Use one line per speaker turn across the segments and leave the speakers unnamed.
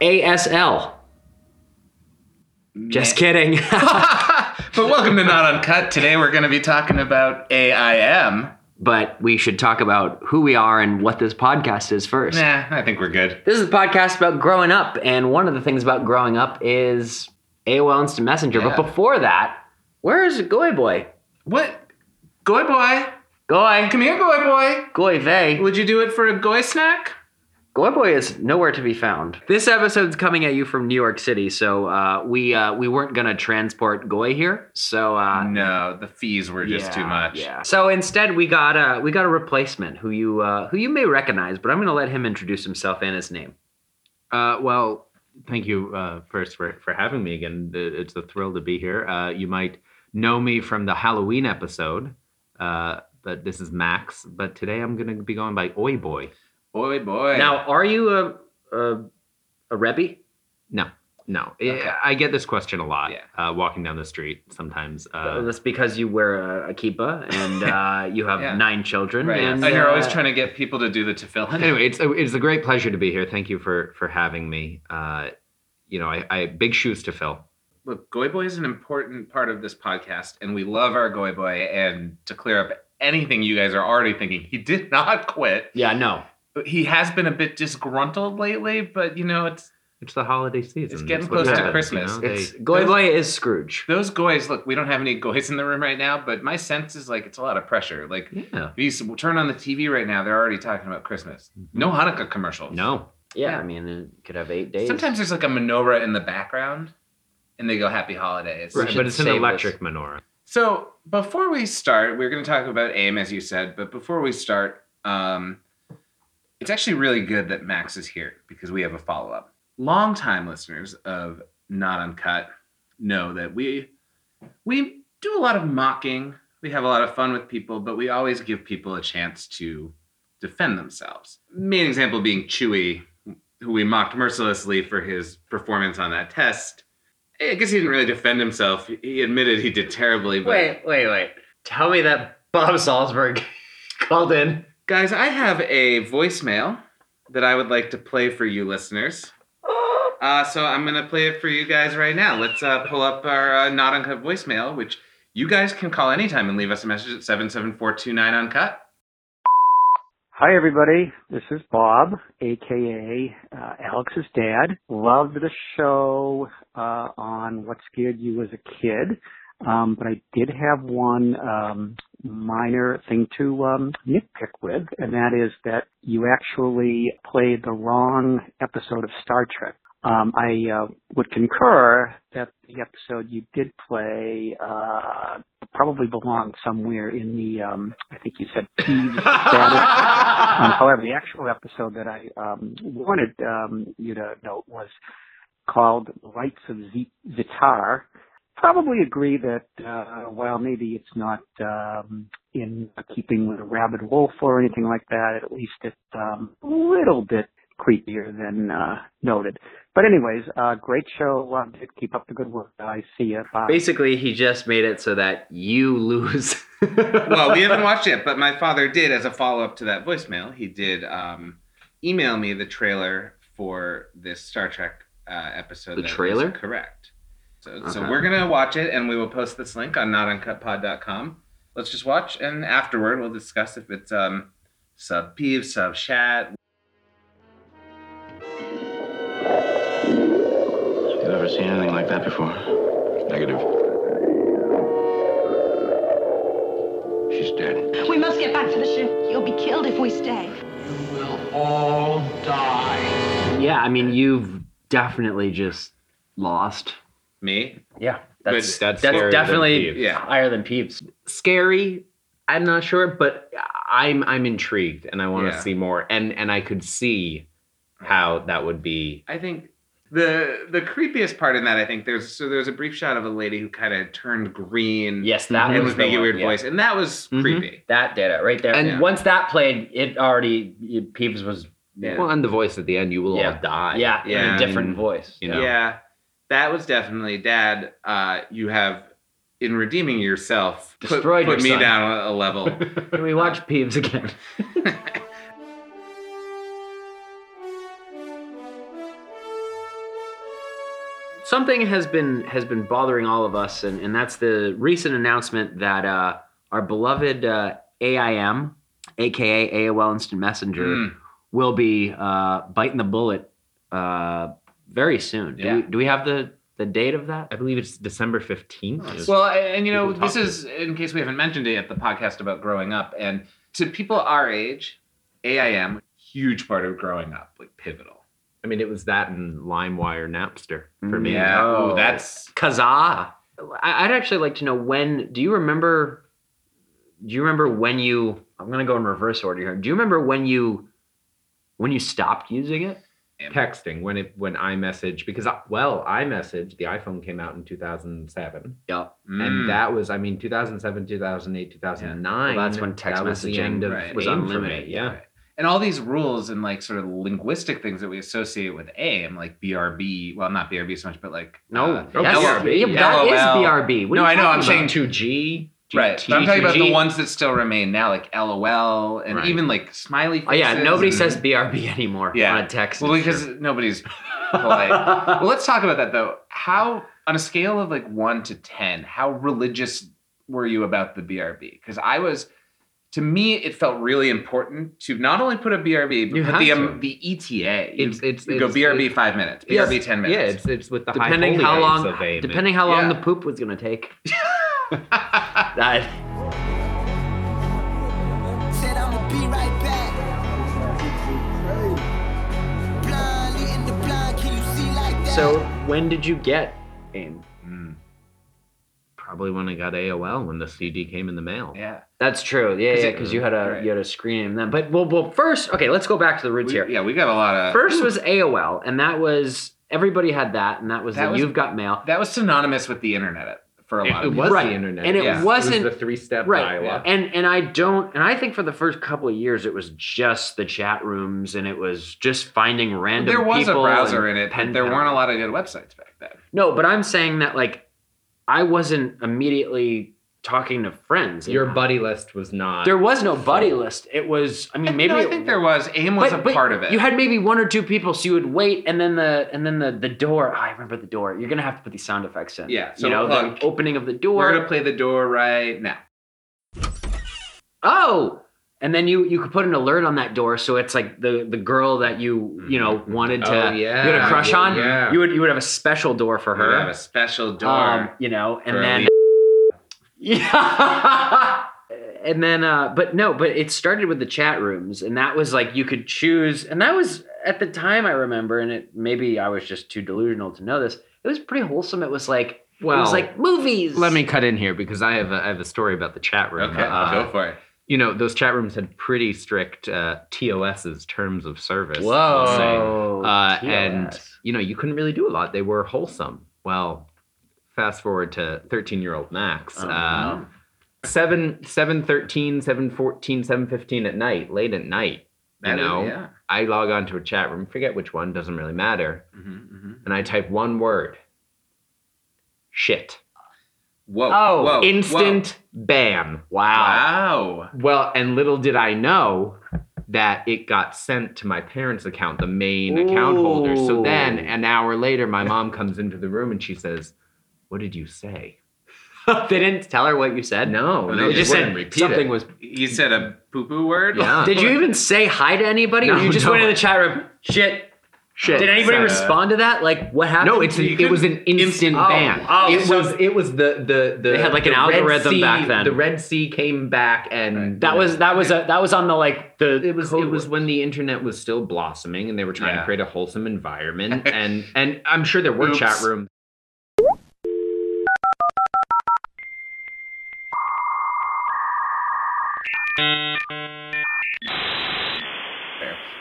ASL. Just kidding.
But welcome to Not Uncut. Today we're going to be talking about AIM.
but we should talk about who we are and what this podcast is first.
Nah, I think we're good.
This is a podcast about growing up, and one of the things about growing up is AOL Instant Messenger.
Yeah.
But before that, where is Goy Boy?
What? Goy boy.
Goy.
Come here, goy boy.
Goy Vey.
Would you do it for a goy snack?
Goy Boy is nowhere to be found. This episode's coming at you from New York City, so uh, we uh, we weren't gonna transport Goy here, so uh,
No, the fees were just
yeah,
too much.
Yeah. So instead, we got a we got a replacement who you uh, who you may recognize, but I'm gonna let him introduce himself and his name.
Uh, well, thank you uh, first for, for having me again. It- It's a thrill to be here. Uh, you might know me from the Halloween episode, uh, but this is Max. But today I'm going to be going by Oi Boy.
Boy boy.
Now, are you a a, a Rebbe?
No,
Okay.
I, I get this question a lot
Yeah.
uh, walking down the street sometimes.
Uh,
Uh,
That's because you wear a, a kippah and uh, you have
Yeah.
nine children.
right.
And,
And, you're
uh,
always trying to get people to do the tefillin.
anyway, it's a, it's a great pleasure to be here. Thank you for for having me. Uh, you know, I, I big shoes to fill.
Look, goy boy is an important part of this podcast, and we love our goy boy. And to clear up anything you guys are already thinking, he did not quit.
Yeah, no.
He has been a bit disgruntled lately, but you know, it's
It's the holiday
getting
season. That's what
close to
happens, you
Christmas.
know?
It's,
They-
Goy Boy is Scrooge.
those goys. Look, we don't have any goys in the room right now, but my sense is like it's a lot of pressure. Like
yeah.
if you s- turn on the TV right now, they're already talking about Christmas.
Mm-hmm.
No Hanukkah commercials.
No.
Yeah,
Yeah.
I mean, it could have eight days.
Sometimes there's like a menorah in the background, and they go Happy Holidays.
We Right. should
But it's an
save this.
electric menorah.
So before we start, we're going to talk about AIM, as you said. But before we start, um, it's actually really good that Max is here because we have a follow up. Longtime listeners of Not Uncut know that we we do a lot of mocking. We have a lot of fun with people, but we always give people a chance to defend themselves. Main example being Chewy, who we mocked mercilessly for his performance on that test. I guess he didn't really defend himself. He admitted he did terribly. But
wait, wait. Tell me that Bob Salzberg called in.
Guys, I have a voicemail that I would like to play for you listeners. Uh, so I'm going to play it for you guys right now. Let's uh, pull up our uh, Not Uncut voicemail, which you guys can call anytime and leave us a message at 77429 Uncut.
Hi, everybody. This is Bob, aka uh, Alex's dad. Loved the show uh, on what scared you as a kid, um, but I did have one um, minor thing to um, nitpick with, and that is that you actually played the wrong episode of Star Trek. Um, I uh, would concur that the episode you did play uh, probably belonged somewhere in the, um, I think you said Peeves status. Um, however, the actual episode that I um, wanted um, you to note was called Rights of Z- Zitar. Probably agree that uh, while maybe it's not um, in keeping with a rabid wolf or anything like that, at least it's um, a little bit creepier than uh, noted. But anyways, uh, great show. Loved it. Keep up the good work. I see you. Bye.
Basically, he just made it so that you lose.
well, we haven't watched it, but my father did, as a follow up to that voicemail, he did um, email me the trailer for this Star Trek uh, episode.
The
that
trailer?
was correct. So, so
Okay.
we're going to watch it, and we will post this link on notuncutpod.com. Let's just watch, and afterward, we'll discuss if it's um, sub peeve, sub chat.
You ever seen anything like that before? Negative. She's dead.
We must get back to the ship. You'll be killed if we stay.
yeah, I mean, you've definitely just lost.
Me?
Yeah,
that's-
That's that's scarier than definitely Peeves.
Yeah.
higher than Peeps.
scary. I'm not sure, but I'm I'm intrigued and I want to
Yeah.
see more. And and I could see how that would be.
I think the the creepiest part in that, I think there's so there's a brief shot of a lady who kind of turned green.
Yes, that
and
was
was
the
making a
one,
weird
yeah. Mm-hmm.
voice, and that was
Mhm.
creepy.
That did it right there.
And-
Yeah.
once that played, it already it, Peeves was
Yeah.
Well, and the voice at the end, you will
Yeah.
all die.
yeah, in
Yeah.
a different voice.
You know.
Yeah, that was definitely dad. Uh, you have in redeeming yourself put-
Destroyed
put,
your
me
son.
down a- a level.
Can we watch Peeves again? something has been has been bothering all of us, and, and that's the recent announcement that uh, our beloved uh, AIM, aka AOL Instant Messenger,
Mm.
will be uh, biting the bullet uh, very soon. Do,
Yeah.
we, do we have the the date of that?
I believe it's December 15th. is-
Well, and, and you know,
people talk
this is in case we haven't mentioned it yet, the podcast about growing up. And to people our age, AIM, huge part of growing up, like pivotal.
I mean, it was that and LimeWire Napster for me.
Yeah.
No.
Ooh, that's
Kazaa. I- I'd actually like to know when. Do you remember? Do you remember when you? I'm gonna go in reverse order here. Do you remember when you? When you stopped using it?
Texting when it when iMessage because I, well iMessage the iPhone came out in 2007
Yeah.
and
Mm.
that was I mean 2007 2008 2009
Well, that's when text
that was the
messaging
end of
right,
was
AIM for
unlimited
me,
yeah
right. and all these rules and like sort of linguistic things that we associate with AIM, like BRB. Well, not BRB so much, but like
No.
uh,
Oh,
that's,
BRB.
yeah, that is
LOL.
BRB. What
No,
are
I
you
know,
talking
I'm
about?
saying-
2G
right. But I'm talking about the
GT.
ones that still remain now, like LOL and
Right.
even like smiley faces.
Oh yeah, nobody
and-
says BRB anymore
Yeah.
on a text.
Well, because nobody's polite. well, let's talk about that though. How, on a scale of like one to ten, how religious were you about the BRB? Because I was, to me, it felt really important to not only put a BRB,
You
but put
have
the
to.
um, the ETA. You-
It's- it's-
you go
it's-
BRB
it's-
five minutes,
Yes.
BRB ten
yeah
minutes.
it's it's with the high
depending
holy
how
days
long,
of AIM.
depending how long
Yeah.
the poop was gonna take.
Yeah,
That
Said I'ma be right back. Blind leading the blind, can you see like that?
so, when did you get AIM?
Mm,
probably when I got AOL when the CD came in the mail
yeah.
That's true. Yeah,
'Cause
yeah,
it-
because you had a
um, right.
you had a screen name then. But well, well, first, okay, let's go back to the roots
We,
here.
yeah, we got a lot of.
First was AOL, and that was everybody had that, and that was
That
the
was-
you've got mail.
that was synonymous with the internet for a
it,
lot
it
of
was
Right.
the internet
And it
yeah.
wasn't-
the three step
Right.
dialogue
And and I don't and I think for the first couple of years it was just the chat rooms and it was just finding random
There was a
people
browser in
and
it,
pen
but there
pals.
weren't a lot of good websites back then.
No, but I'm saying that like I wasn't immediately talking to friends. in
your
that.
buddy list was not Oh,
There was no buddy list. It was I mean maybe
no, I
it-
think there was. AIM was
But-
a
but
part of it.
You had maybe one or two people, so you would wait, and then the and then the the door. oh, I remember the door. You're gonna have to put these sound effects in.
Yeah,
you
so,
know
look,
the opening of the
We're
door.
gonna play the door right now.
oh, and then you you could put an alert on that door, so it's like the the girl that you you know
Mm-hmm.
wanted to
Oh, yeah.
you had a crush
Yeah,
on.
yeah.
You would you would have a special door for
We have
her.
a special door.
Um, you know, and
for
then yeah. And then, uh, but no, but it started with the chat rooms, and that was like you could choose, and that was at the time I remember, and it maybe I was just too delusional to know this. It was pretty wholesome. It was like it was
Well,
like movies.
Let me cut in here because I have a, I have a story about the chat room.
Okay,
Uh,
go for it.
you know, those chat rooms had pretty strict uh, TOS's terms of service. we'll say.
Whoa,
Uh,
TLS.
and you know, you couldn't really do a lot. They were wholesome. Well, fast forward to 13 year old Max.
Oh,
uh, 7 7 13 7 14 7 15 at night late at night you
That is-
know
yeah.
i log on to a chat room forget which one doesn't really matter
Mhm, mhm.
and i type one word shit
Whoa!
Oh,
whoa,
instant bam
Whoa.
wow
Wow!
Well, and little did I know that it got sent to my parents' account, the main account holder. So then
Ooh.
an hour later, my mom comes into the room and she says, What did you say?
they didn't tell her what you said.
No,
Well,
no,
they just
wouldn't
said
repeat
something
it.
was.
You said a poo poo word.
Yeah.
Did you even say hi to anybody? or
No,
you just
no.
went in the chat room. Shit.
Shit.
Did anybody
So-
respond to that? Like, what happened?
No, it's an,
You
it was an instant
Oh,
ban.
oh,
it
so-
was it was the the the
They had, like, an
the Red
algorithm
Sea-
back then.
The Red Sea came back and
that was that was a that was on the like the
it was it was when the internet was still blossoming and they were trying
Yeah.
to create a wholesome environment and and I'm sure there were
Oops.
chat rooms.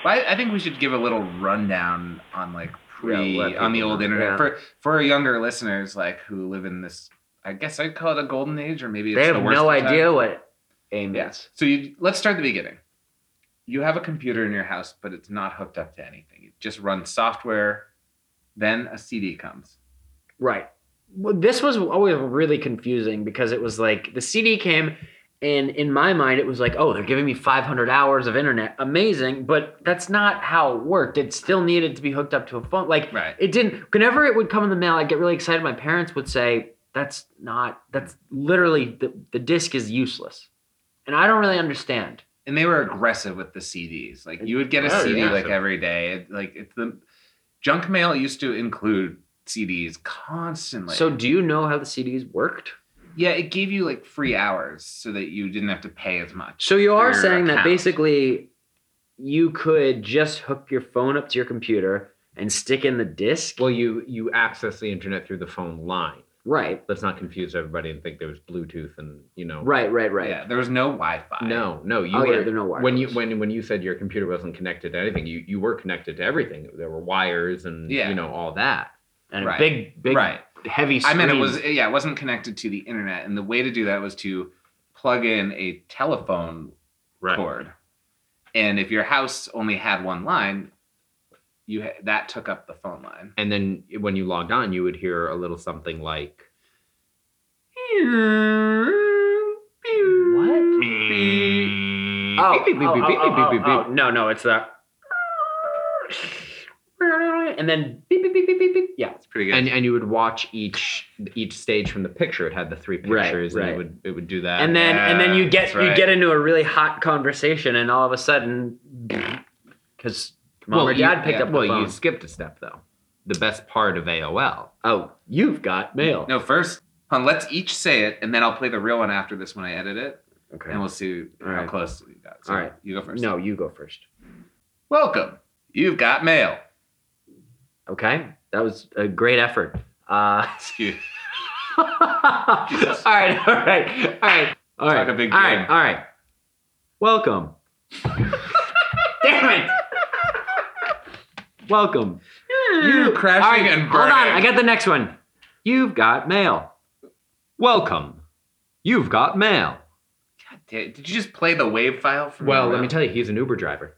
But I, I think we should give a little rundown on like pre
Yeah, let
on the
people
old
know.
internet
Yeah.
for for our younger listeners like who live in this. I guess I'd call it a golden age, or maybe it's
they
the
have
worst
no
of time.
idea what aim
Yeah.
is.
So you let's start at the beginning. You have a computer in your house, but it's not hooked up to anything. It just runs software. Then a CD comes.
Right. Well, this was always really confusing because it was like the CD came And in my mind, it was like, oh, they're giving me 500 hours of internet. Amazing. But that's not how it worked. It still needed to be hooked up to a phone. Like,
Right.
it didn't, whenever it would come in the mail, I'd get really excited. My parents would say, that's not, that's literally, the, the disc is useless. And I don't really understand.
and they were aggressive with the CDs. Like you would get a
Oh,
CD
yeah.
like every day. It, like it's the junk mail used to include CDs constantly.
So, do you know how the CDs worked?
yeah, it gave you like free hours so that you didn't have to pay as much.
So, you
for
are
your
saying that
account.
basically you could just hook your phone up to your computer and stick in the disc?
Well, you you access the internet through the phone line.
right.
Let's not confuse everybody and think there was Bluetooth and you know.
Right, right, right.
yeah, there was no Wi-Fi.
No, no. You
Oh, yeah,
were
there are no
when you
wireless.
when when you said your computer wasn't connected to anything. You you were connected to everything. There were wires and
Yeah.
you know all that.
And
Right.
a big, big,
right.
heavy
I
screen.
meant it was yeah, it wasn't connected to the internet, and the way to do that was to plug in a telephone cord. And if your house only had one line, you ha- that took up the phone line.
And then when you logged on, you would hear a little something like
What? Oh,
Beep, beep, beep,
oh,
beep,
oh,
beep,
oh,
beep,
oh,
beep, beep.
oh, No, no, it's that. And then beep, beep, beep, beep, beep, beep. Yeah.
It's pretty good.
and and you would watch each each stage from the picture. It had the three
Right,
pictures, and
right.
it would it would do that.
And then and then
yeah,
you get
that's
you
right.
get into a really hot conversation, and all of a sudden, because mom
well,
or
you-
dad picked
yeah,
up the
well,
phone.
you skipped a step though. The best part of AOL.
oh, you've got mail.
no, first, hon, let's each say it, and then I'll play the real one after this when I edit it,
Okay.
and we'll see
All
how
right.
close we got. So
All right.
you go first.
No, you go first.
Welcome. You've got mail.
Okay, that was a great effort. Uh,
Excuse.
all right, all right, all right, all right.
Talk a big
all right,
game.
all right. Welcome. Damn it. Welcome.
You
Hmm.
crashing and
Hold
burning.
on, I got the next one. You've got mail. Welcome. You've got mail.
God damn- Did you just play the wave file? From
Well,
your
let me
mail?
tell you, he's an Uber driver.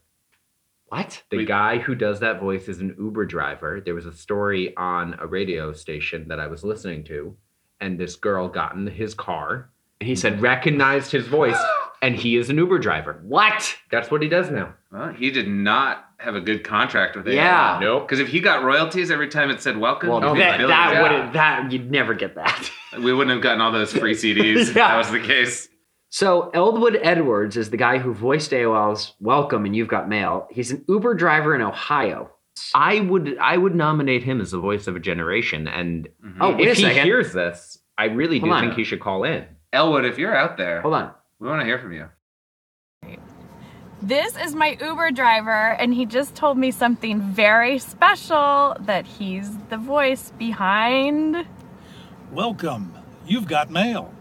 What?
The
Wait.
guy who does that voice is an Uber driver. There was a story on a radio station that I was listening to, and this girl got in his car.
He
Said recognized his voice, and he is an Uber driver.
what?
That's what he does now.
Well, he did not have a good contract with
Yeah.
Nope.
Because if he got royalties every time it said welcome,
Well,
he'd be
that,
billions.
that
Yeah.
would that you'd never get that.
we wouldn't have gotten all those free CDs if
Yeah.
that was the case.
So Eldwood Edwards is the guy who voiced AOL's "Welcome" and "You've Got Mail." He's an Uber driver in Ohio.
I would I would nominate him as the voice of a generation. And
Mhm.
Oh, wait a
if he
second.
hears this, I really do
Hold on.
think he should call in.
Elwood, if you're out there,
Hold on.
we want to hear from you.
This is my Uber driver, and he just told me something very special that he's the voice behind.
Welcome. You've got mail.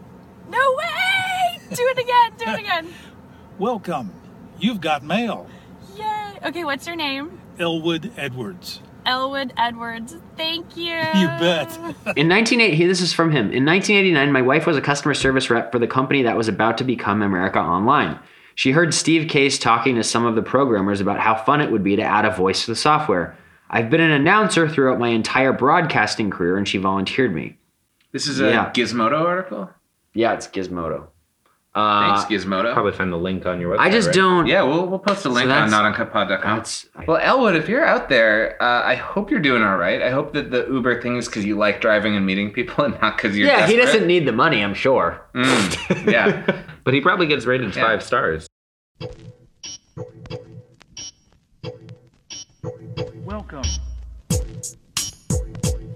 No way! Do it again, do it again.
Welcome. You've got mail.
Yay! Okay, what's your name?
Elwood Edwards.
Elwood Edwards. Thank you.
You bet.
In 1980, this is from him. In 1989, my wife was a customer service rep for the company that was about to become America Online. She heard Steve Case talking to some of the programmers about how fun it would be to add a voice to the software. I've been an announcer throughout my entire broadcasting career, and she volunteered me.
This is a
Yeah.
Gizmodo article.
Yeah, it's Gizmodo.
Thanks,
Uh,
Gizmodo.
Probably find the link on your website.
I just
right?
don't.
Yeah, we'll, we'll post a link on
that's-
notoncuppod.com.
That's. I-
Well, Elwood, if you're out there, uh, I hope you're doing all right. I hope that the Uber thing is because you like driving and meeting people and not because you're
yeah, he doesn't
desperate.
need the money, I'm sure.
Mm, yeah.
But he probably gets rated
Yeah.
five stars.
Welcome.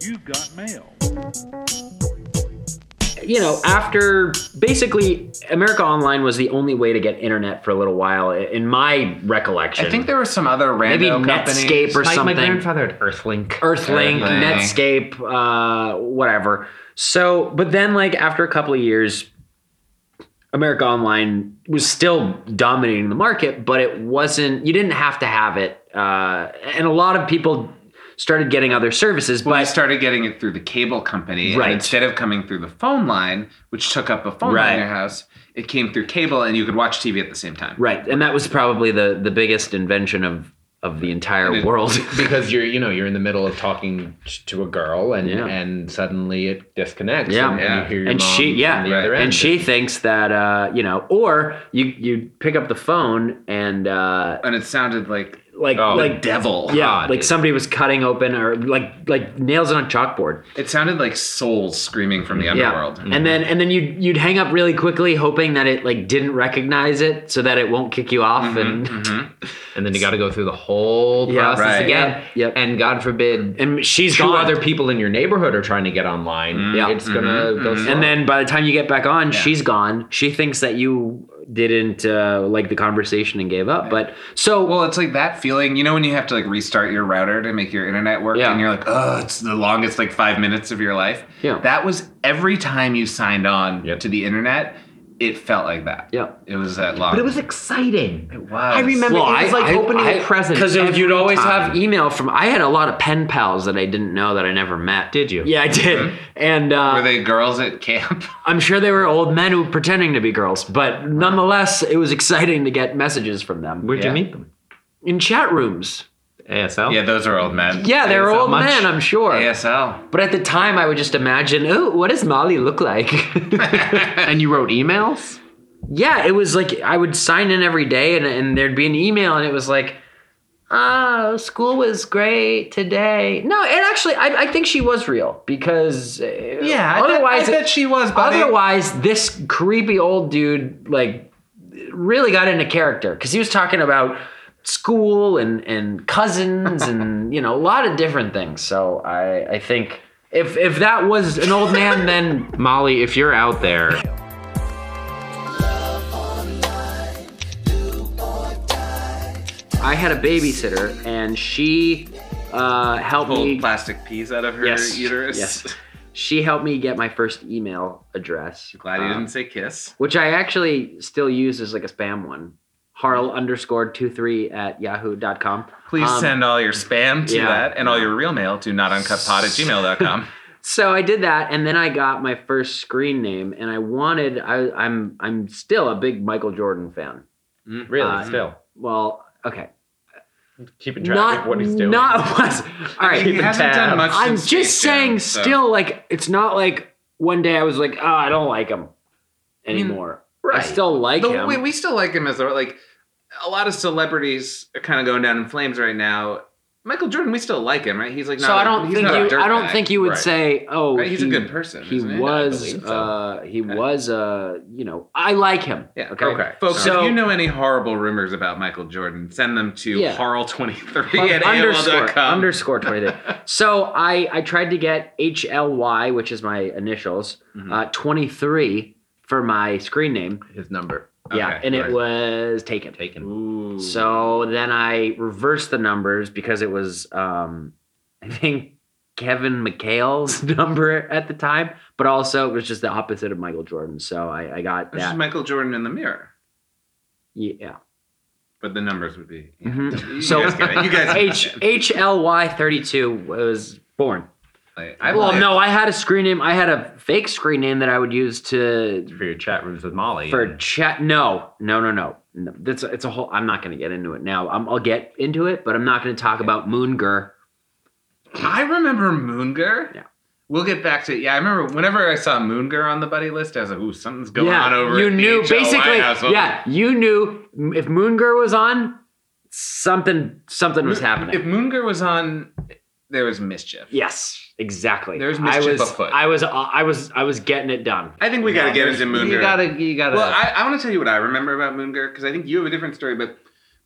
You've got mail.
you know, after basically America Online was the only way to get internet for a little while, i- in my recollection.
I think there were some other
maybe
random companies.
Netscape or
my,
something.
My grandfather had Earthlink.
Earthlink,
Earthlink.
Netscape, uh, whatever. So, but then like after a couple of years, America Online was still dominating the market, but it wasn't. You didn't have to have it, uh, and a lot of people started getting other services.
Well, I
but
started getting it through the cable company. and
Right.
instead of coming through the phone line, which took up a phone line in
Right.
your house, it came through cable and you could watch TV at the same time.
Right, and that was probably the the biggest invention of
of the entire
And it-
world because you're you know you're in the middle of talking t- to a girl and
Yeah.
and suddenly it disconnects
Yeah.
and, and
Yeah.
you hear your
and
mom
she yeah
from the other
and
end.
she thinks that uh you know or you you pick up the phone and uh
and it sounded like
like
Oh,
like
devil.
yeah
God,
like
dude.
somebody was cutting open or like like nails on a chalkboard
It sounded like souls screaming from the underworld.
yeah
Mm-hmm.
and then and then you you'd hang up really quickly hoping that it like didn't recognize it so that it won't kick you
Mm-hmm.
off and
Mhm.
and then you got to go through the whole
Yeah,
process
right.
again
Yep.
and God forbid
and she's
two
gone
other people in your neighborhood are trying to get online
Yeah.
it's gonna
Mhm,
go
mhm.
slow.
and then by the time you get back on
Yeah.
she's gone she thinks that you didn't uh, like the conversation and gave up but so
Well, it's like that feeling, you know, when you have to like restart your router to make your internet work,
Yeah.
and you're like, oh, it's the longest like five minutes of your life.
Yeah.
That was every time you signed on
Yep.
to the internet. It felt like that.
Yeah.
It was that long.
but it was exciting
It was.
I remember
Well,
it was
I-
like
I-
opening
I,
a present
because
every
you'd always
time.
have email from. I had a lot of pen pals that I didn't know that I never met.
Did you?
Yeah, I did, and
Mm-hmm. Were
uh,
they girls at camp?
I'm sure they were old men who were pretending to be girls, but nonetheless, it was exciting to get messages from them
where'd you
Yeah.
meet them
in chat rooms.
ASL
yeah, those are old men.
Oh. Yeah, they were
ASL
old
much?
men, I'm sure.
ASL.
But at the time, I would just imagine, oh, what does Molly look like?
and you wrote emails
yeah, it was like I would sign in every day and, and there'd be an email and it was like, oh, school was great today. No, and actually, I, I think she was real because uh,
Yeah. I bet-
otherwise,
I bet she was. Buddy.
otherwise this creepy old dude like really got into character because he was talking about school and and cousins and you know a lot of different things. So I I think if if that was an old man, then
Molly if you're out there
I had a babysitter, and she uh, helped
pulled
me.
plastic peas out of her
Yes,
uterus.
yes. She helped me get my first email address.
Glad you
uh,
didn't say kiss.
Which I actually still use as like a spam one. Harl underscore two three at yahoo.com.
Please
um,
send all your spam to
yeah.
that and all your real mail to notuncutpod at gmail.com.
So I did that, and then I got my first screen name, and I wanted. I, I'm I'm still a big Michael Jordan fan.
Mm, really
Uh,
still
Well, okay,
keeping track
not
of what he's doing
Not what. All right,
he hasn't done much.
I'm
since
just
Space Jam,
saying,
so-
still, like, it's not like one day I was like, oh, I don't like him
mean,
anymore.
right.
I still like
Though
him.
We, we still like him as a, like a lot of celebrities are kind of going down in flames right now. Michael Jordan, we still like him, right? He's like not
so I
a-
don't
he's
think
not a
you. I don't
dirtbag.
think you would
Right.
say, oh,
Right, he's a
he-
good person.
He
isn't he?
was.
believe so.
uh, he
Okay.
was. Uh, you know, I like him.
Yeah.
Okay.
Okay. Folks,
So-
if you know any horrible rumors about Michael Jordan, send them to
Yeah.
harl23 at
underscore
AOL.com.
underscore twenty three. so I I tried to get HLY, which is my initials,
Mhm.
uh, twenty three for my screen name.
his number
yeah,
Okay,
and
right.
it was taken.
taken
Ooh.
So then I reversed the numbers because it was, um, I think, Kevin McHale's number at the time, but also it was just the opposite of Michael Jordan. So I, I got
This is
that.
Michael Jordan in the mirror.
yeah.
But the numbers would be. yeah.
Mhm.
You
So
guys get it. You guys
H H L Y thirty two was born.
Like, I
well,
believe-
no, I had a screen name. I had a fake screen name that I would use to
for your chat rooms with Molly
for chat. No, no, no, no. no. That's it's a whole. I'm not going to get into it now. i I'll get into it, but I'm not going to talk about Moongur.
I remember Moongur.
Yeah.
We'll get back to it. Yeah, I remember whenever I saw Moongur on the buddy list, I was like, ooh, something's going
yeah,
on over
You
at
knew
DHL
basically.
Lighthouse.
Yeah, you knew m- if Moongur was on, something something was happening.
If Moongur was on, there was mischief.
yes, exactly.
There's
I
mischief
was,
afoot.
I was, I was, I was getting it done.
I think we got to get into Moongur.
you gotta you gotta
Well, I, I want to tell you what I remember about Moongur because I think you have a different story, but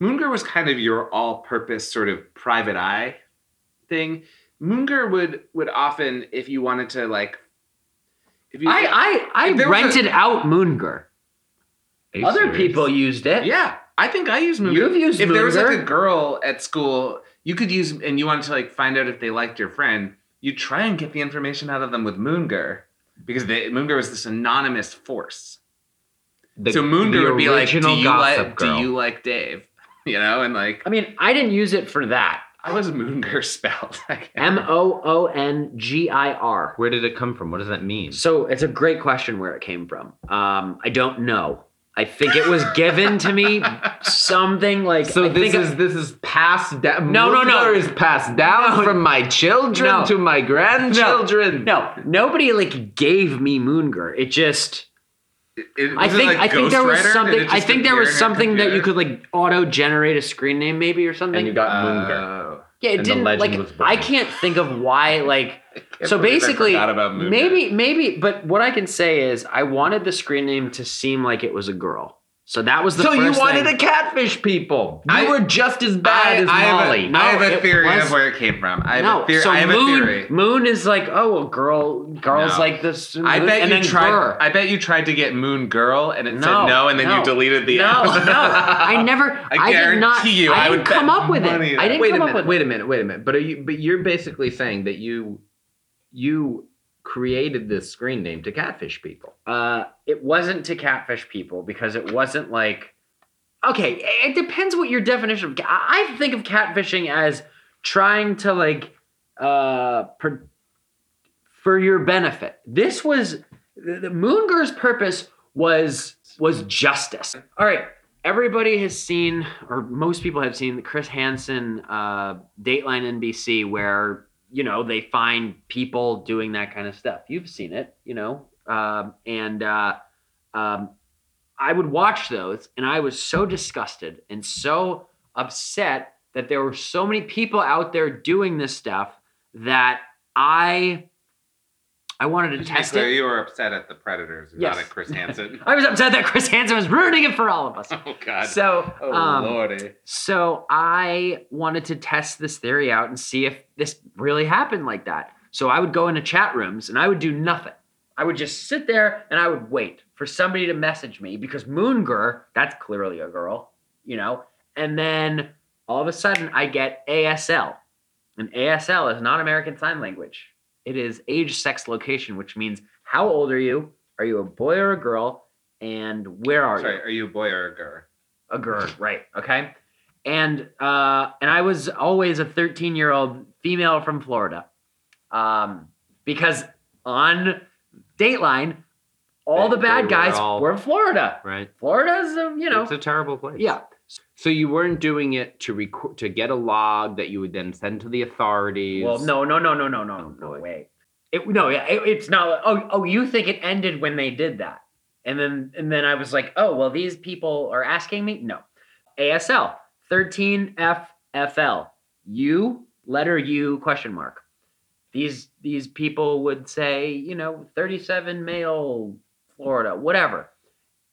Moongur was kind of your all-purpose sort of private eye thing. Moongur would would often, if you wanted to like, if you
I, I, I
There was a-
rented out Moongur.
Are you
Other
serious?
people used it.
Yeah, I think I use Moonbird.
You've used
if there was like
Moonbird.
a girl at school, you could use and you wanted to like find out if they liked your friend. You try and get the information out of them with Moongur because they, Moongur was this anonymous force.
The-
so Moongur
the
would be like, "Do
original
you
Gossip
like
Girl."
do you like Dave?" You know, and like
I mean, I didn't use it for that.
how was Moongur spelled? I can't-
M O O N G I R.
Where did it come from? What does that mean?
So it's a great question where it came from. Um, I don't know. I think it was given to me something like
So
I
this
think
is this is passed down.
No, no, no.
Mulder is passed down
No.
from my children
No.
to my grandchildren.
no nobody like gave me Moongur. It just
It-
I
was it
think
like
I think
Ghost
there was
Rider? Did it
something
just
I think there
appear in
was
your
something that you
computer?
could like auto generate a screen name maybe or something.
and you got Moongar.
Oh.
yeah, it
and the
didn't
legend
like
was born.
I can't think of why like
Can't
so
believe I
basically
forgot about Moonbird.
maybe maybe but what I can say is I wanted the screen name to seem like it was a girl. So that was the
So you
first
wanted
thing.
to catfish people. You
I-
were just as bad as Molly.
Have a,
No,
I have a
it
theory
was-
of where it came from. I have
no,
a theory.
so
I have
moon,
a theory.
moon is like, oh, well, girl, girls
No.
like this.
I bet
and
you
then
tried.
girl.
I bet you tried to get Moon Girl, and it
No,
said no, and then
no,
you deleted the.
no,
app.
no, I never. I, did not.
guarantee you,
I
I
didn't
would
come
bet
up with it. I
money on it.
didn't
wait
come
a
up
minute.
with
Wait
it.
a minute. Wait a minute. But are you? But you're basically saying that you, you created this screen name to catfish people.
Uh, it wasn't to catfish people because it wasn't like. Okay, it depends what your definition of. ca- I I think of catfishing as trying to like, uh, per, for your benefit. This was the, the Moongir's purpose was was justice. All right, everybody has seen, or most people have seen, the Chris Hansen uh, Dateline NBC, where you know they find people doing that kind of stuff. You've seen it, you know, um, and uh, um, I would watch those, and I was so disgusted and so upset that there were so many people out there doing this stuff that I I wanted to
Just to be
test
clear,
it.
You were upset at the Predators,
Yes.
not at Chris Hansen.
I was upset that Chris Hansen was ruining it for all of us.
oh God.
So,
oh
um,
Lordy.
so I wanted to test this theory out and see if this really happened like that. So I would go into chat rooms and I would do nothing. I would just sit there and I would wait for somebody to message me because Moongur, that's clearly a girl, you know. And then all of a sudden I get ASL. And ASL is not American Sign Language. It is age, sex, location, which means how old are you? Are you a boy or a girl? And where are you?
Sorry, are you a boy or a girl?
a girl, right? Okay, and uh, and I was always a 13 year old female from Florida, um, because on Dateline, all
They-
the bad
they were
guys
all-
were in Florida.
Right.
Florida's, a, you know,
It's a terrible place.
yeah,
So you weren't doing it to record to get a log that you would then send to the authorities.
Well, no, no, no, no, no, no, no way. It, no, yeah, it, it's not. Oh, oh, you think it ended when they did that, and then and then I was like, oh, well, these people are asking me. No, ASL thirteen FFL U letter U question mark. These these people would say, you know, thirty seven male Florida, whatever,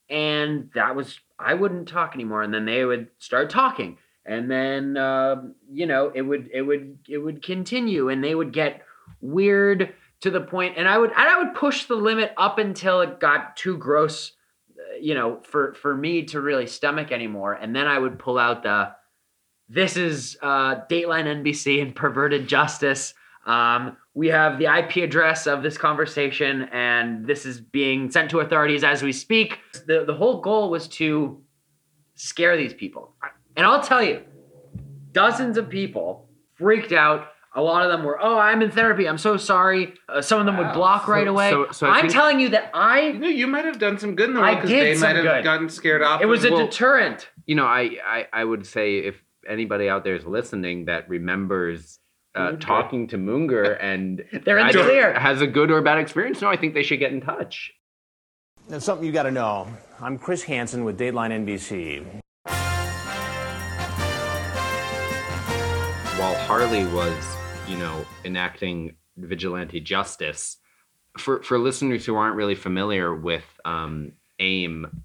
and that was I wouldn't talk anymore, and then they would start talking and then um, you know it would it would it would continue and they would get weird to the point and i would and i would push the limit up until it got too gross uh, you know for for me to really stomach anymore and then i would pull out the this is uh, dateline nbc and perverted justice um, we have the ip address of this conversation and this is being sent to authorities as we speak the, the whole goal was to scare these people and I'll tell you, dozens of people freaked out. A lot of them were, "Oh, I'm in therapy. I'm so sorry." Uh, some of them would
Wow.
block right
So-
away.
so- so I
I'm
think-
telling you that
You
I
know, you might have done some good in the
I
world because
did
they
some
might have
good.
gotten scared off.
it was a
and- well,
deterrent.
you know, I, I I would say if anybody out there is listening that remembers uh,
Moonger.
talking to Moonger and
They're in the
either
clear.
has a good or bad experience, no, I think they should get in touch.
There's something you got to know. I'm Chris Hansen with Dateline NBC.
while Harley was, you know, enacting vigilante justice, for for listeners who aren't really familiar with um, AIM,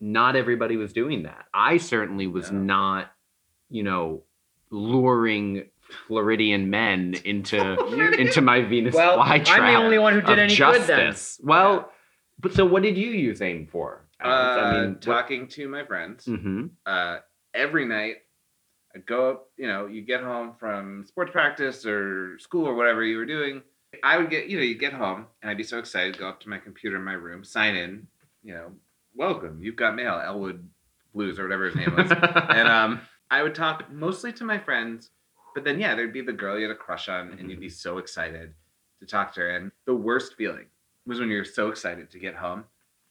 not everybody was doing that. I certainly was not, you know, luring Floridian men into into my Venus
Well, I'm
flytrap.
the only one who did
of
any good then.
justice. Well, but so what did you use AIM for?
uh,
Alex?
talking to my friends
what- Mhm.
uh, every night. I go up. You know, you get home from sports practice or school or whatever you were doing. I would get. You know, you get home and I'd be so excited. Go up to my computer in my room, sign in. You know, welcome. You've got mail. Elwood Blues or whatever his name was. and um, I would talk mostly to my friends, but then yeah, there'd be the girl you had a crush on, and you'd be so excited to talk to her. And the worst feeling was when you're so excited to get home,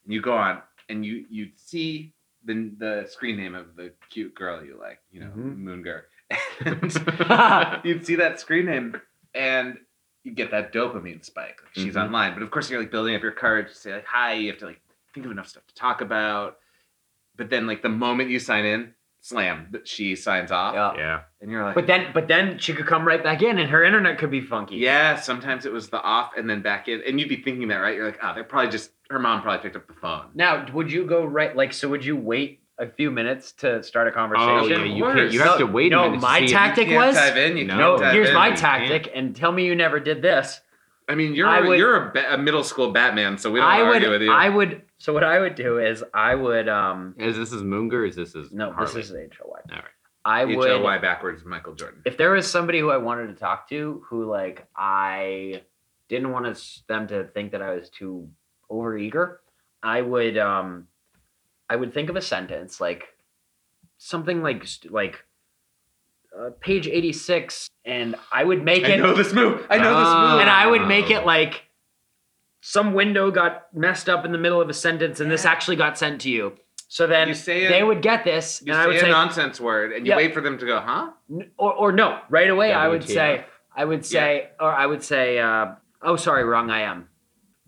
and you go on and you you see the the screen name of the cute girl you like, you know,
Mhm.
Moongar. And you'd see that screen name and you get that dopamine spike. Like she's
Mm-hmm.
Mhm.
online. But of course you're like building up your courage to say like hi, you have to like think of enough stuff to talk about. But then like the moment you sign in, slam, that she signs off.
Yeah.
Yeah.
And you're like
But then, but then she could come right back in, and her internet could be funky.
Yeah, sometimes it was the off and then back in. And you'd be thinking that, right? You're like, ah, they're probably just her mom probably picked up the phone.
Now, would you go right? Like, so would you wait a few minutes to start a
Oh,
conversation?
yeah. You,
Worse.
can't, you have to
No,
wait
no,
a minute. to
my
see if-
tactic-
You can't
was-
dive in, you
No.
can't
No,
dive
here's
in.
my
You can't.
tactic, and tell me you never did this.
I mean, you're
I would-
you're a, ba- a middle school Batman, so we don't
I
argue
would,
with you.
I would. So what I would do is I would, um,
Is this is Moonger? Is this is
no,
Harley?
this is H O Y.
All right.
I
H
would.
O Y backwards, Michael Jordan.
if there was somebody who I wanted to talk to who like I didn't want us- them to think that I was too overeager, I would um I would think of a sentence like something like st- like uh, page 86 and I would make
I
it
know this move. I know this
Ah.
move.
and I would make
Oh.
it like some window got messed up in the middle of a sentence and this actually got sent to you. So then
You say it-
they would get this
You
and I would
say a
say
nonsense word, and you
Yeah.
wait for them to go, huh?
N- or, or no, right away I would
WTF.
say I would say or I would say uh, oh sorry wrong I am.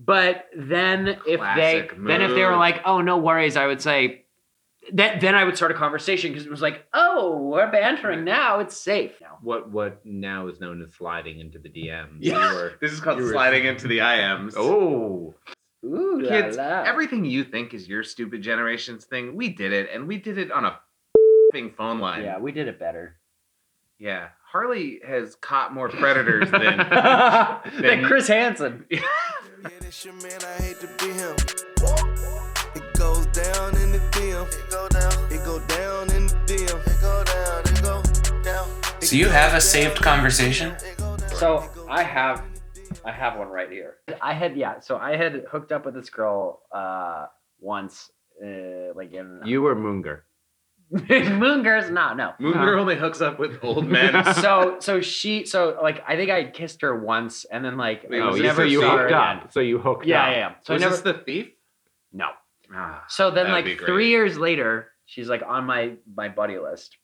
But then if
Classic
they then if they were
move.
like oh no worries I would say that then I would start a conversation because it was like oh we're bantering now it's safe now.
What what now is known as sliding into the DMs.
Yeah.
You were-
This is called
You were-
sliding into the IMs.
oh.
Ooh la
Kids,
la.
everything you think is your stupid generation's thing, we did it, and we did it on a f***ing phone line.
yeah we did it better.
Yeah. Harley has caught more predators than
Than Chris Hansen.
Yeah, this your man, I hate to be him. It goes down in the DM. It go down. It go down in the DM. It go down. It go down. So you have a saved conversation?
So I have I have one right here. I had yeah, so I had hooked up with this girl uh once uh like in
You were Moonger.
Moongirls, no, no.
Moonger only hooks up with old men.
So so she so like I think I kissed her once and then like
Wait,
I
was
oh,
this
never
the
you
you
saw
secret?
her
hooked
again.
up. So you hooked
Yeah,
up.
yeah, yeah. So
Was
I never
this the thief?
no.
Ah,
So then
That'd be
like
great.
three years later, she's like on my my buddy list,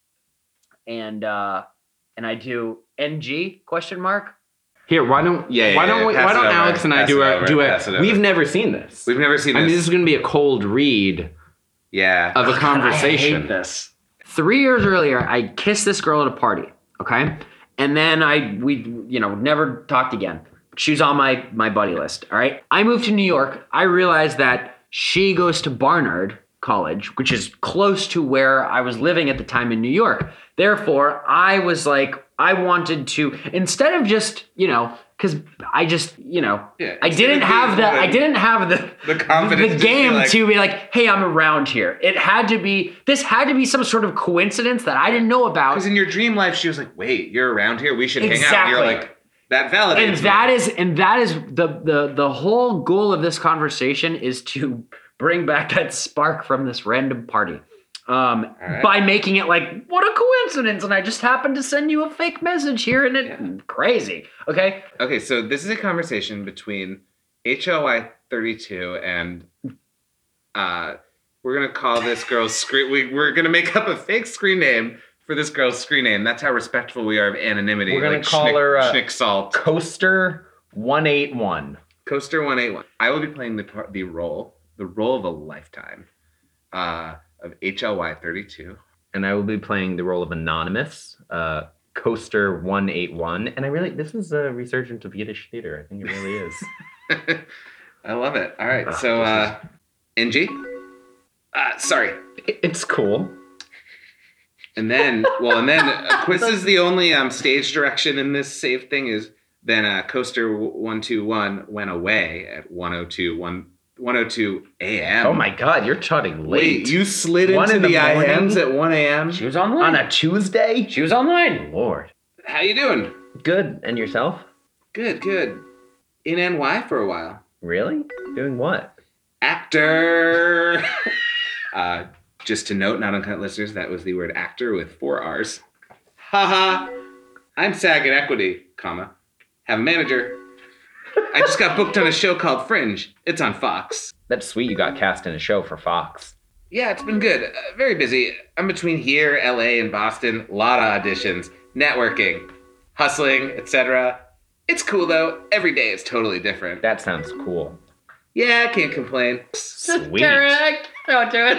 and uh and I do NG question mark.
Here, why don't
Yeah, yeah,
why don't
yeah,
we,
pass
why
it
don't
over,
Alex and I
pass
do
it
a
over,
do
pass it
a
over.
We've never seen this.
we've never seen
I
this.
mean, this is going to be a cold read
yeah.
of a
I hate
conversation.
this. Three years earlier, I kissed this girl at a party. Okay, and then I we you know never talked again. She was on my my buddy list. All right, I moved to New York. I realized that she goes to Barnard College, which is close to where I was living at the time in New York. Therefore, I was like, I wanted to instead of just you know because I just you know
Yeah,
I
instead
didn't
of
have the
being
I
like-
didn't have the
The confidence
the
to be
game
like-
to be like, hey, I'm around here. It had to be this had to be some sort of coincidence that I didn't know about.
Because in your dream life, she was like, "Wait, you're around here. We should hang out." And you're
Exactly.
like, "That validates."
And
me."
that is and that is the the the whole goal of this conversation is to bring back that spark from this random party. Um,
right.
by making it like what a coincidence and I just happened to send you a fake message here and it crazy. Okay?
okay. So this is a conversation between HOI thirty two and uh, we're gonna call this girl's screen. We, we're gonna make up a fake screen name for this girl's screen name. That's how respectful we are of anonymity.
We're gonna
like
call
Schnick-
her, uh,
Schnick Salt.
Coaster one eight one.
Coaster one eight one. I will be playing the par- the role, the role of a lifetime, uh, of HLY thirty two.
and I will be playing the role of Anonymous, uh, Coaster 181. And I really, this is a resurgence of Yiddish theater. I think it really is.
I love it. All right,
Ah,
so uh, NG. Uh, sorry,
It- it's cool.
and then well, and then uh, quiz is the only um stage direction in this safe thing is then uh, coaster one two one went away at 102 102 a.m.
Oh my God, you're chatting
Wait,
late.
you slid
One
into
in
the,
the morning?
IMs at one a.m.
She was online.
on a Tuesday?
she was online.
Lord.
How you doing?
Good. And yourself?
Good, good. In NY for a while.
Really? Doing what?
actor. uh, just to note, not uncut listeners, that was the word actor with four R's. Haha. I'm SAG at Equity, comma. Have a manager. I just got booked on a show called Fringe. It's on Fox.
That's sweet. You got cast in a show for Fox.
Yeah, it's been good. Uh, very busy. I'm between here, LA, and Boston. A lot of auditions, networking, hustling, etc. It's cool though. Every day is totally different.
That sounds cool.
Yeah, I can't complain.
Sweet.
Derek, don't do it.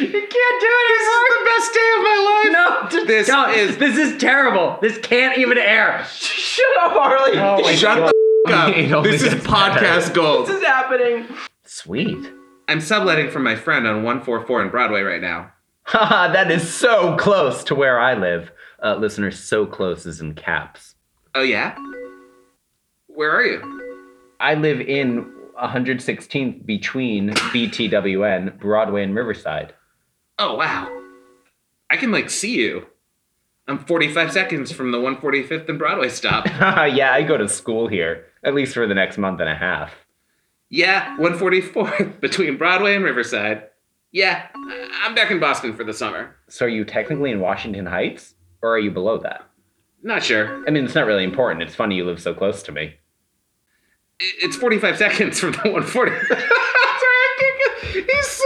you can't do it
This is the best day of my life.
anymore. No, just
This
don't.
is-
this is terrible. This can't even air. Oh Shut up, Harley.
Shut the
It
f- up.
only
This is
gets
podcast gold.
this is happening.
Sweet.
I'm subletting from my friend on 144 in Broadway right now.
Haha, that is so close to where I live. Uh, listener, so close is in caps.
Oh yeah? Where are you?
I live in 116th between BTWN, Broadway, and Riverside.
Oh wow. I can like see you. I'm 45 seconds from the 145th and Broadway stop.
yeah, I go to school here, at least for the next month and a half.
Yeah, 144th between Broadway and Riverside. Yeah, I- I'm back in Boston for the summer.
So are you technically in Washington Heights, or are you below that?
Not sure.
I mean, it's not really important. It's funny you live so close to me.
I- It's 45 seconds from the 140. Sorry, I can't get- He's so.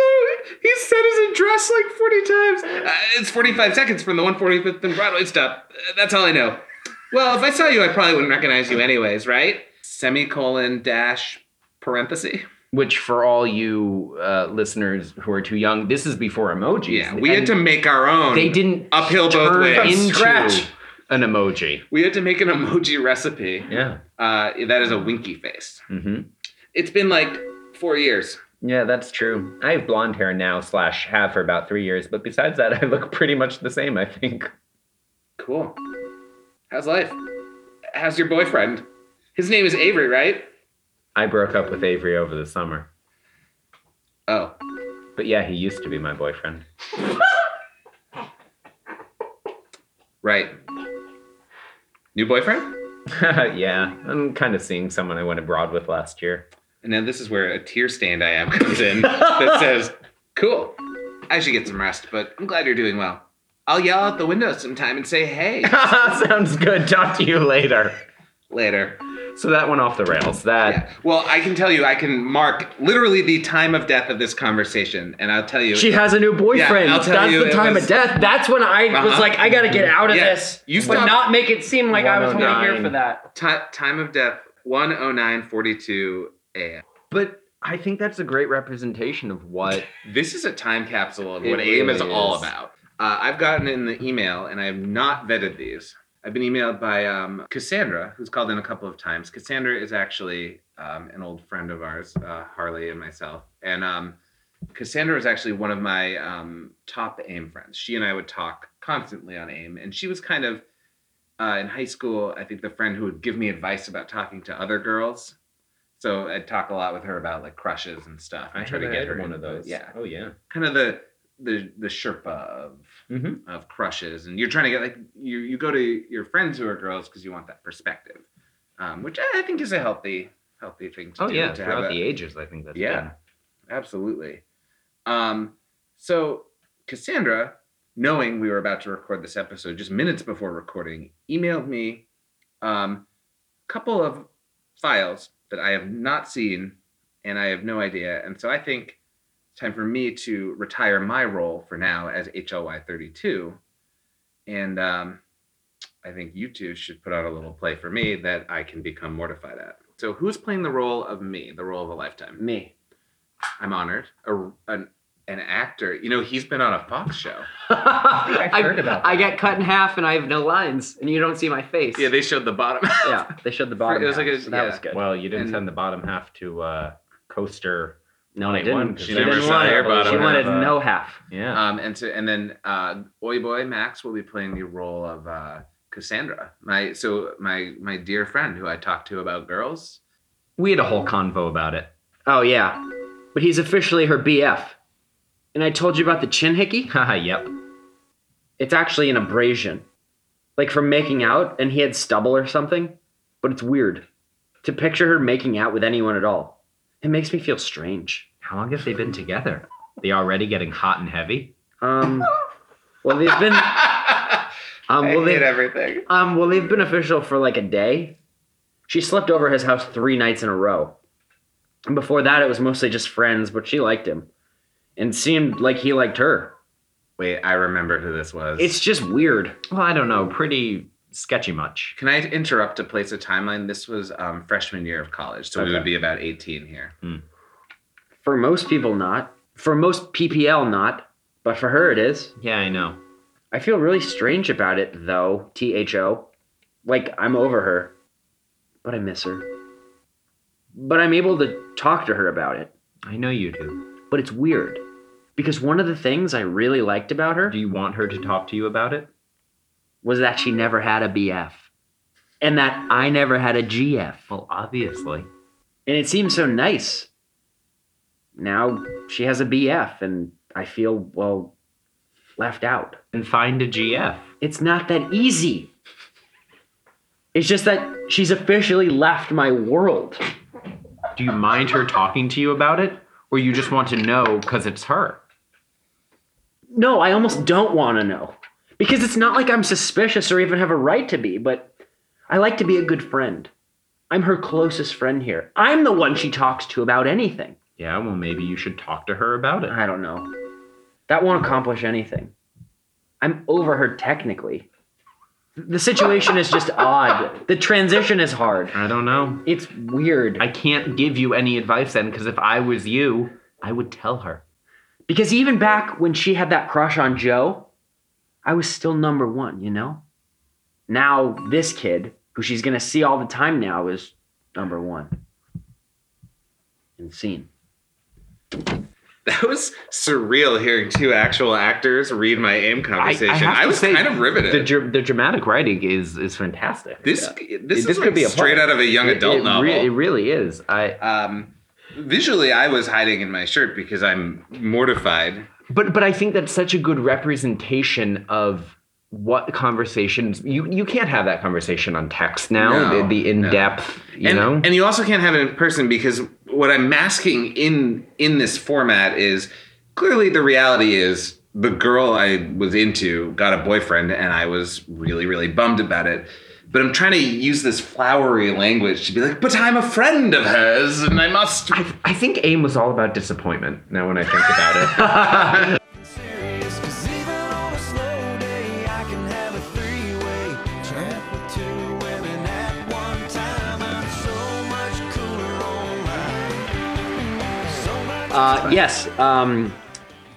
He said his address like 40 times. Uh, it's 45 seconds from the 145th and Broadway stop. Uh, that's all I know. Well, if I saw you, I probably wouldn't recognize you anyways, right? Semicolon dash parenthesis.
Which, for all you uh, listeners who are too young, this is before emojis.
Yeah, we had to make our own.
They didn't
Uphill both
turn
ways. From
into
scratch.
an emoji.
We had to make an emoji recipe.
Yeah.
Uh, that is a winky face.
hmm
It's been like four years.
Yeah, that's true. I have blonde hair now, slash, have for about three years. But besides that, I look pretty much the same, I think.
Cool. How's life? How's your boyfriend? His name is Avery, right?
I broke up with Avery over the summer.
Oh.
But yeah, he used to be my boyfriend.
Right. New boyfriend?
yeah, I'm kind of seeing someone I went abroad with last year.
And now this is where a tear stand I am comes in that says, Cool. I should get some rest, but I'm glad you're doing well. I'll yell out the window sometime and say, Hey,
Sounds good. Talk to you later.
later.
So that went off the rails. That
Yeah. Well, I can tell you, I can mark literally the time of death of this conversation, and I'll tell you.
She has a new boyfriend.
Yeah, I'll tell
That's
you,
the
it
time
was-
of death. That's when I was
Uh-huh.
like, I gotta get out of
Yeah.
this.
You
but
stopped-
not make it seem like I was only here
109.
for that.
Ti time of death 109:42 a.m.
But I think that's a great representation of what
This is a time capsule of
It
what AIM is,
really
all
is.
about. Uh, I've gotten in the email, and I have not vetted these. I've been emailed by um, Cassandra, who's called in a couple of times. Cassandra is actually um, an old friend of ours, uh, Harley and myself, and um, Cassandra is actually one of my um, top AIM friends. She and I would talk constantly on AIM, and she was kind of uh, in high school. I think the friend who would give me advice about talking to other girls. So I'd talk a lot with her about like crushes and stuff. and try to get her into those. Yeah,
Oh yeah.
kind of the the the Sherpa of
Mhm.
of crushes, and you're trying to get like you you go to your friends who are girls because you want that perspective, um, which I I think is a healthy healthy thing to
Oh
do.
yeah.
to
Throughout
a-
the ages, I think that's
Yeah.
been-
Absolutely. Um, so Cassandra, knowing we were about to record this episode just minutes before recording, emailed me um, a couple of files that I have not seen and I have no idea. And so I think it's time for me to retire my role for now as HLY32. And um, I think you two should put out a little play for me that I can become mortified at. So who's playing the role of me, the role of a lifetime?
Me.
I'm honored. A, an, an actor. You know, he's been on a Fox show.
I,
heard about
I got cut in half and I have no lines, and you don't see my face.
Yeah, they showed the bottom.
yeah, they showed the bottom.
It was like
half,
a-
so that
yeah.
was good.
Well, you didn't
And-
send the bottom half to uh, Coaster.
no, I
21,
didn't.
'cause
She
they never
didn't
saw
want
your
it.
bottom
She wanted
half.
no half.
Yeah.
um, and so and then uh, Oi Boy Max will be playing the role of uh, Cassandra. My so my my dear friend who I talked to about girls.
we had a whole convo about it.
Oh yeah, but he's officially her BF. And I told you about the chin hickey.
Haha, yep.
It's actually an abrasion, like from making out, and he had stubble or something. But it's weird to picture her making out with anyone at all. It makes me feel strange.
How long have they been together? They already getting hot and heavy?
Um, well, they've been.
I
Um, well,
hate
they,
everything.
um, well, they've been official for like a day. She slept over at his house three nights in a row. And before that, it was mostly just friends, but she liked him and seemed like he liked her.
Wait, I remember who this was.
It's just weird.
Well, I don't know. Pretty sketchy much.
Can I interrupt to place a timeline? This was um, freshman year of college, so we would be about 18 here.
For most people, not. For most PPL, not. But for her, it is.
Yeah, I know.
I feel really strange about it, though. T H O. Like, I'm over her. But I miss her. But I'm able to talk to her about it.
I know you do.
But it's weird. Because one of the things I really liked about her
Do you want her to talk to you about it?
was that she never had a BF. And that I never had a GF.
Well, obviously.
And it seems so nice. Now she has a BF, and I feel, well, left out.
And find a GF.
It's not that easy. It's just that she's officially left my world.
Do you mind her talking to you about it? Or you just want to know because it's her?
No, I almost don't want to know. Because it's not like I'm suspicious or even have a right to be, but I like to be a good friend. I'm her closest friend here. I'm the one she talks to about anything.
Yeah, well, maybe you should talk to her about it.
I don't know. That won't accomplish anything. I'm over her technically. The situation is just odd. The transition is hard.
I don't know.
It's weird.
I can't give you any advice then because if I was you, I would tell her.
Because even back when she had that crush on Joe, I was still number one, you know? Now, this kid, who she's gonna see all the time now, is number one. And seen.
That was surreal hearing two actual actors read my AIM conversation. I, was kind of riveted.
The, dr- the dramatic writing is is fantastic.
this this,
This
is
could
like
be a
straight
poem.
out of a young adult
it,
novel.
re- it really is. I
um, visually, I was hiding in my shirt because I'm mortified.
but but I think that's such a good representation of what conversations you you can't have that conversation on text now.
No,
the, the in depth, you
and,
know.
and you also can't have it in person because what I'm masking in in this format is clearly the reality is the girl I was into got a boyfriend and I was really really bummed about it. But I'm trying to use this flowery language to be like, but I'm a friend of hers and I must.
I, I think AIM was all about disappointment. Now when I think about it,
serious, 'cause even on a slow day, I can have a three-way chat with two women at one time. I'm so much cooler online. So much
Uh, yes. Um,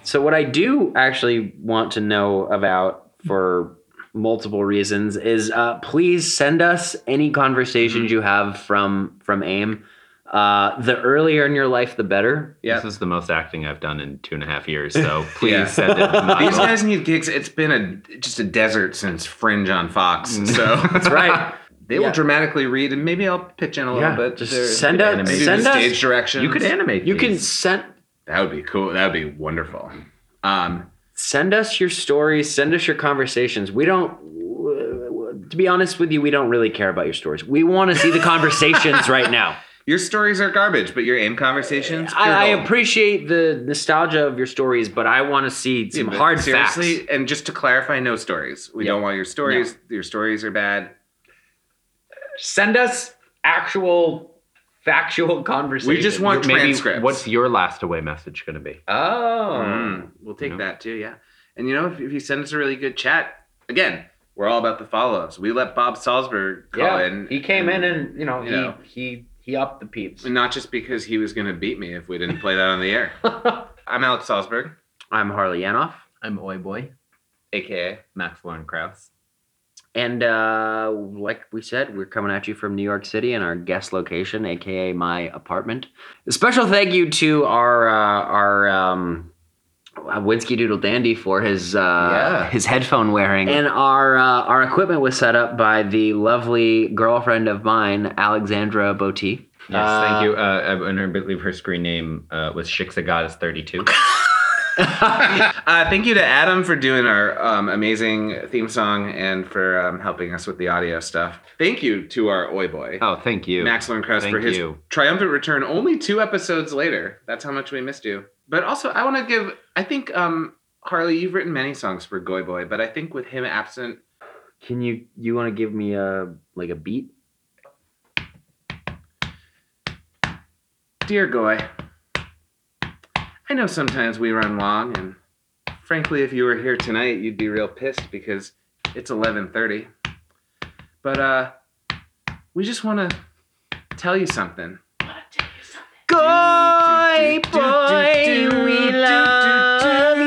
so what I do actually want to know about for multiple reasons is uh, please send us any conversations you have from from AIM. Uh, the earlier in your life, the better.
Yeah.
this is the most acting I've done in two and a half years. So please
Yeah.
send it. Michael.
These guys need gigs. It's been a just a desert since Fringe on Fox, so
Mm. That's right.
they
Yeah.
will dramatically read, and maybe I'll pitch in a little
Yeah,
bit.
just
They're-
send
they're
out-
animated.
send
Do
us-
stage directions.
you could animate.
You can
these.
send
That would be cool. That would be wonderful. Um,
send us your stories. Send us your conversations. We don't. w- w- To be honest with you, we don't really care about your stories. We want to see the conversations right now.
your stories are garbage, but your aim conversations. pure
I, I
gold.
appreciate the nostalgia of your stories, but I want to see
Yeah,
some
but
hard
seriously,
facts.
and just to clarify, no stories. We don't want your stories. Your stories are bad.
Send us actual, factual conversations.
We just want
Maybe
transcripts.
what's your last away message going to be?
oh,
Hmm.
Mm, we'll take
Yeah.
that too. Yeah, and you know if, if you send us a really good chat, again, we're all about the follow-ups. We let Bob Salzberg call
Yeah,
in.
he came in and you know
you know.
he he he upped the peeps.
Not just because he was going to beat me if we didn't play that on the air. I'm Alex Salzberg,
I'm Harley Yanoff,
I'm Oi Boy,
aka
Max Lauren Krauss.
and uh, like we said, we're coming at you from New York City and our guest location, aka my apartment. A special thank you to our uh, our. Um, Winsky Doodle Dandy for his uh,
Ah.
Yeah.
his headphone wearing, and our uh, our equipment was set up by the lovely girlfriend of mine, Alexandra Boti.
Yes, thank you. Uh, and I believe her screen name uh, was Shiksa Goddess 32.
uh, thank you to Adam for doing our um, amazing theme song and for um, helping us with the audio stuff. Thank you to our Oi Boy,
oh, thank you.
Max Lernkrauss,
Thank
for his
you.
triumphant return only two episodes later. That's how much we missed you. But also, I want to give, I think, um, Harley, you've written many songs for Goy Boy, but I think with him absent,
Can you you want to give me a like a beat?
Dear Goy, I know sometimes we run long, and frankly, if you were here tonight, you'd be real pissed because it's 11:30. But uh, we just want to tell you something.
Goy boy, we love you.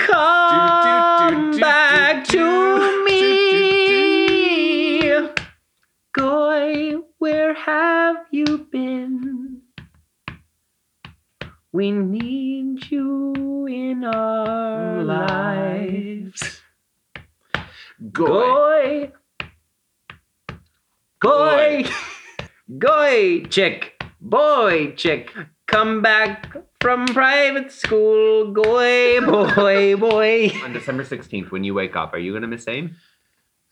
Come back to me. Goy, where have you been? We need you in our lives. Goy. Goy. Goy chick. Boy chick. Come back from private school. Goy boy boy.
On December 16th, when you wake up, are you going to miss AIM?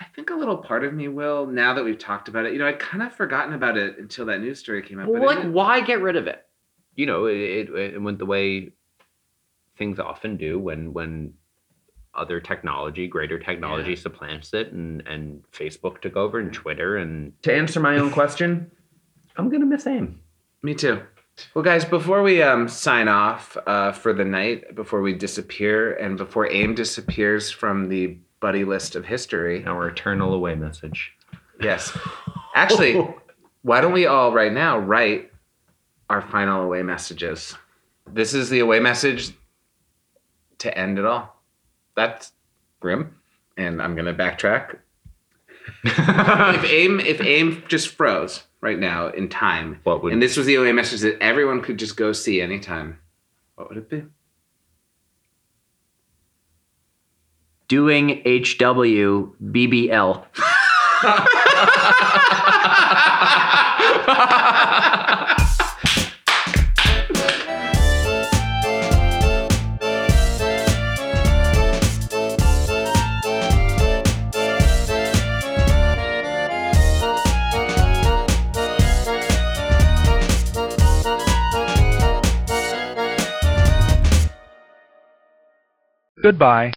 I think a little part of me will now that we've talked about it. You know, I'd kind of forgotten about it until that news story came up.
Well,
but it-
like, why get rid of it?
You know, it, it, it went the way things often do when when other technology, greater technology supplants it and, and Facebook took over and Twitter and
to answer my own question,
I'm gonna miss AIM.
Me too. Well, guys, before we um, sign off uh, for the night, before we disappear, and before AIM disappears from the buddy list of history,
our eternal away message.
Yes. Actually, why don't we all right now write our final away messages? This is the away message to end it all. That's grim, and I'm gonna backtrack. if aim, if aim just froze right now in time,
What would
and this was the away message that everyone could just go see anytime, what would it be?
Doing HW BBL.
Goodbye.